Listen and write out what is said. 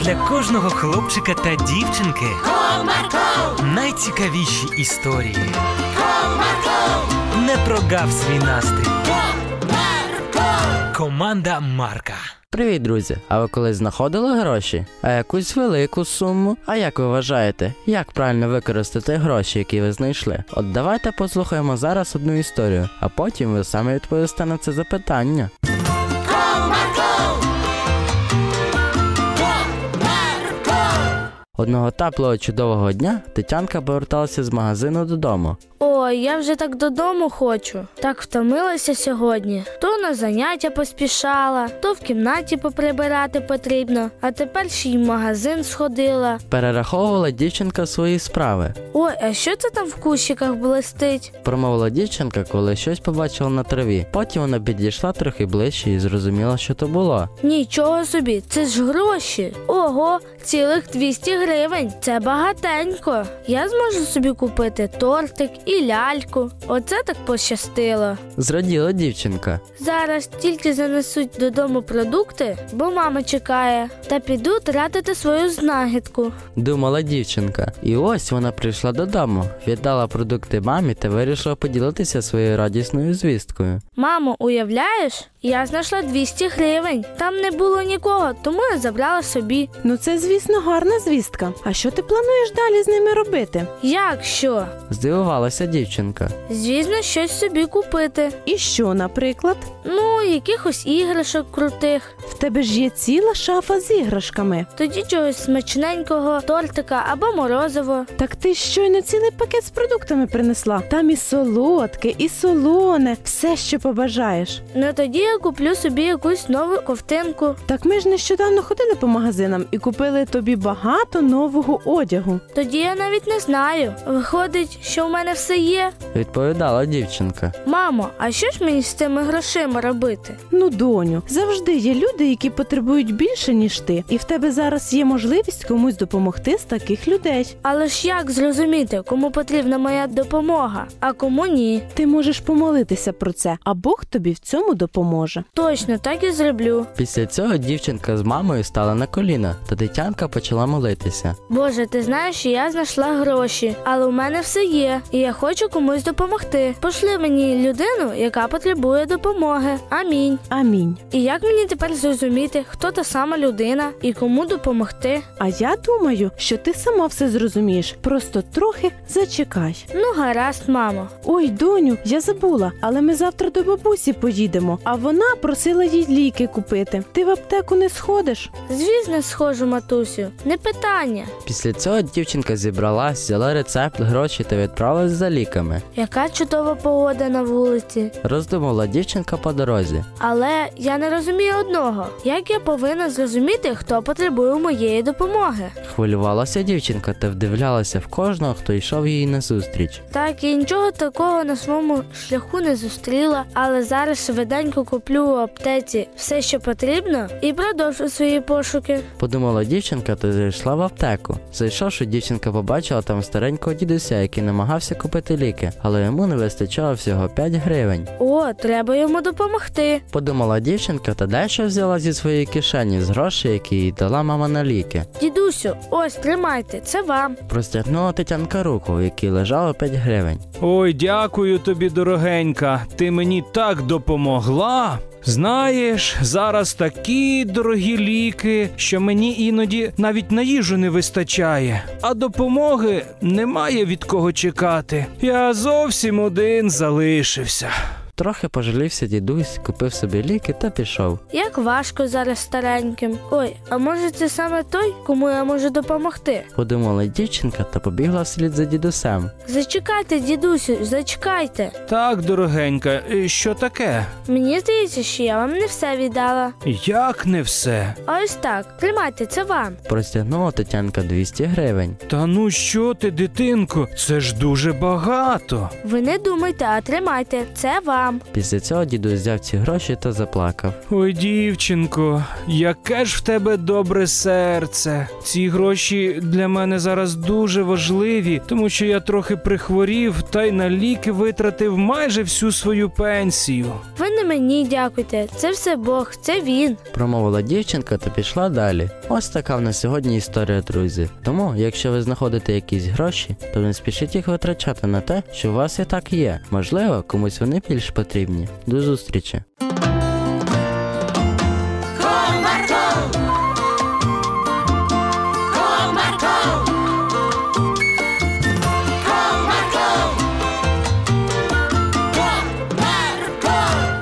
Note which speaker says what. Speaker 1: для кожного хлопчика та дівчинки
Speaker 2: Comarco,
Speaker 1: найцікавіші історії.
Speaker 2: Comarco,
Speaker 1: Не прогав свій настрій.
Speaker 2: Comarco,
Speaker 1: Команда Марка.
Speaker 3: Привіт, друзі! А ви колись знаходили гроші? А якусь велику суму? А як ви вважаєте, як правильно використати гроші, які ви знайшли? От давайте послухаємо зараз одну історію, а потім ви самі відповісте на це запитання.
Speaker 2: Comarco,
Speaker 3: Одного теплого чудового дня Тетянка поверталася з магазину додому.
Speaker 4: Ой, я вже так додому хочу. Так втомилася сьогодні. То на заняття поспішала, то в кімнаті поприбирати потрібно, а тепер ще й в магазин сходила.
Speaker 3: Перераховувала дівчинка свої справи.
Speaker 4: Ой, а що це там в кущиках блистить?
Speaker 3: Промовила дівчинка, коли щось побачила на траві. Потім вона підійшла трохи ближче і зрозуміла, що то було.
Speaker 4: Нічого собі, це ж гроші. Ого, цілих 200 гривень. Це багатенько. Я зможу собі купити тортик і ляльку. Оце так пощастило.
Speaker 3: Зраділа дівчинка.
Speaker 4: Зараз тільки занесуть додому продукти, бо мама чекає, та піду тратити свою знахідку.
Speaker 3: думала дівчинка. І ось вона прийшла додому, віддала продукти мамі та вирішила поділитися своєю радісною звісткою.
Speaker 4: Мамо, уявляєш? Я знайшла 200 гривень. Там не було нікого, тому я забрала собі.
Speaker 5: Ну це, звісно, гарна звістка. А що ти плануєш далі з ними робити?
Speaker 4: Як що?
Speaker 3: Здивувалася дівчинка.
Speaker 4: Звісно, щось собі купити.
Speaker 5: І що, наприклад,
Speaker 4: Ну, якихось іграшок крутих,
Speaker 5: в тебе ж є ціла шафа з іграшками.
Speaker 4: тоді чогось смачненького, тортика або морозиво.
Speaker 5: Так ти щойно цілий пакет з продуктами принесла. Там і солодке, і солоне, все, що побажаєш.
Speaker 4: Ну тоді я куплю собі якусь нову ковтинку.
Speaker 5: Так ми ж нещодавно ходили по магазинам і купили тобі багато нового одягу.
Speaker 4: Тоді я навіть не знаю. Виходить, що в мене все є.
Speaker 3: Відповідала дівчинка.
Speaker 4: Мамо, а що ж мені з цими грошима робити?
Speaker 5: Ну, доню, завжди є люди, які потребують більше, ніж ти, і в тебе зараз є можливість комусь допомогти з таких людей.
Speaker 4: Але ж як зрозуміти, кому потрібна моя допомога, а кому ні?
Speaker 5: Ти можеш помолитися про це, а Бог тобі в цьому допоможе.
Speaker 4: Точно так і зроблю.
Speaker 3: Після цього дівчинка з мамою стала на коліна, та дитянка почала молитися.
Speaker 4: Боже, ти знаєш, що я знайшла гроші, але у мене все є, і я хочу комусь допомогти. Пошли мені людину, яка потребує допомоги. Амінь.
Speaker 5: Амінь.
Speaker 4: І як мені тепер зрозуміти, хто та сама людина і кому допомогти?
Speaker 5: А я думаю, що ти сама все зрозумієш. Просто трохи зачекай.
Speaker 4: Ну, гаразд, мамо.
Speaker 5: Ой, доню, я забула, але ми завтра до бабусі поїдемо. А вона просила їй ліки купити. Ти в аптеку не сходиш?
Speaker 4: Звісно, схожу, матусю, не питання.
Speaker 3: Після цього дівчинка зібралась, взяла рецепт, гроші та відправилась за ліками.
Speaker 4: Яка чудова погода на вулиці.
Speaker 3: Роздумала дівчинка по дорозі.
Speaker 4: Але я не розумію одного: як я повинна зрозуміти, хто потребує моєї допомоги?
Speaker 3: Хвилювалася дівчинка та вдивлялася в кожного, хто йшов їй назустріч.
Speaker 4: Так, я нічого такого на своєму шляху не зустріла, але зараз швиденько куплю у аптеці все, що потрібно, і продовжу свої пошуки.
Speaker 3: Подумала дівчинка та зайшла в аптеку. Зайшовши, дівчинка побачила там старенького дідуся, який намагався купити ліки, але йому не вистачало всього 5 гривень.
Speaker 4: О, треба йому допомогти.
Speaker 3: Подумала дівчинка та дещо взяла зі своєї кишені з грошей, які їй дала мама на ліки.
Speaker 4: Дідусю, ось тримайте, це вам.
Speaker 3: Простягнула Тетянка руку, в якій лежало 5 гривень.
Speaker 6: Ой, дякую тобі, дорогенька. Ти мені так допомогла. Знаєш, зараз такі дорогі ліки, що мені іноді навіть на їжу не вистачає, а допомоги немає від кого чекати. Я зовсім один залишився.
Speaker 3: Трохи пожалівся дідусь, купив собі ліки та пішов.
Speaker 4: Як важко зараз стареньким. Ой, а може це саме той, кому я можу допомогти?
Speaker 3: Подумала дівчинка та побігла вслід за дідусем.
Speaker 4: Зачекайте, дідусю, зачекайте.
Speaker 6: Так, дорогенька, е, що таке?
Speaker 4: Мені здається, що я вам не все віддала.
Speaker 6: Як не все?
Speaker 4: А Ось так, тримайте, це вам.
Speaker 3: Простягнула Тетянка 200 гривень.
Speaker 6: Та ну що ти, дитинко, це ж дуже багато.
Speaker 4: Ви не думайте, а тримайте, це вам. сам.
Speaker 3: Після цього дідусь взяв ці гроші та заплакав.
Speaker 6: Ой, дівчинко, яке ж в тебе добре серце. Ці гроші для мене зараз дуже важливі, тому що я трохи прихворів та й на ліки витратив майже всю свою пенсію.
Speaker 4: Ви не мені дякуйте, це все Бог, це він.
Speaker 3: Промовила дівчинка та пішла далі. Ось така в нас сьогодні історія, друзі. Тому, якщо ви знаходите якісь гроші, то не спішіть їх витрачати на те, що у вас і так є. Можливо, комусь вони більш потрібні. До зустрічі!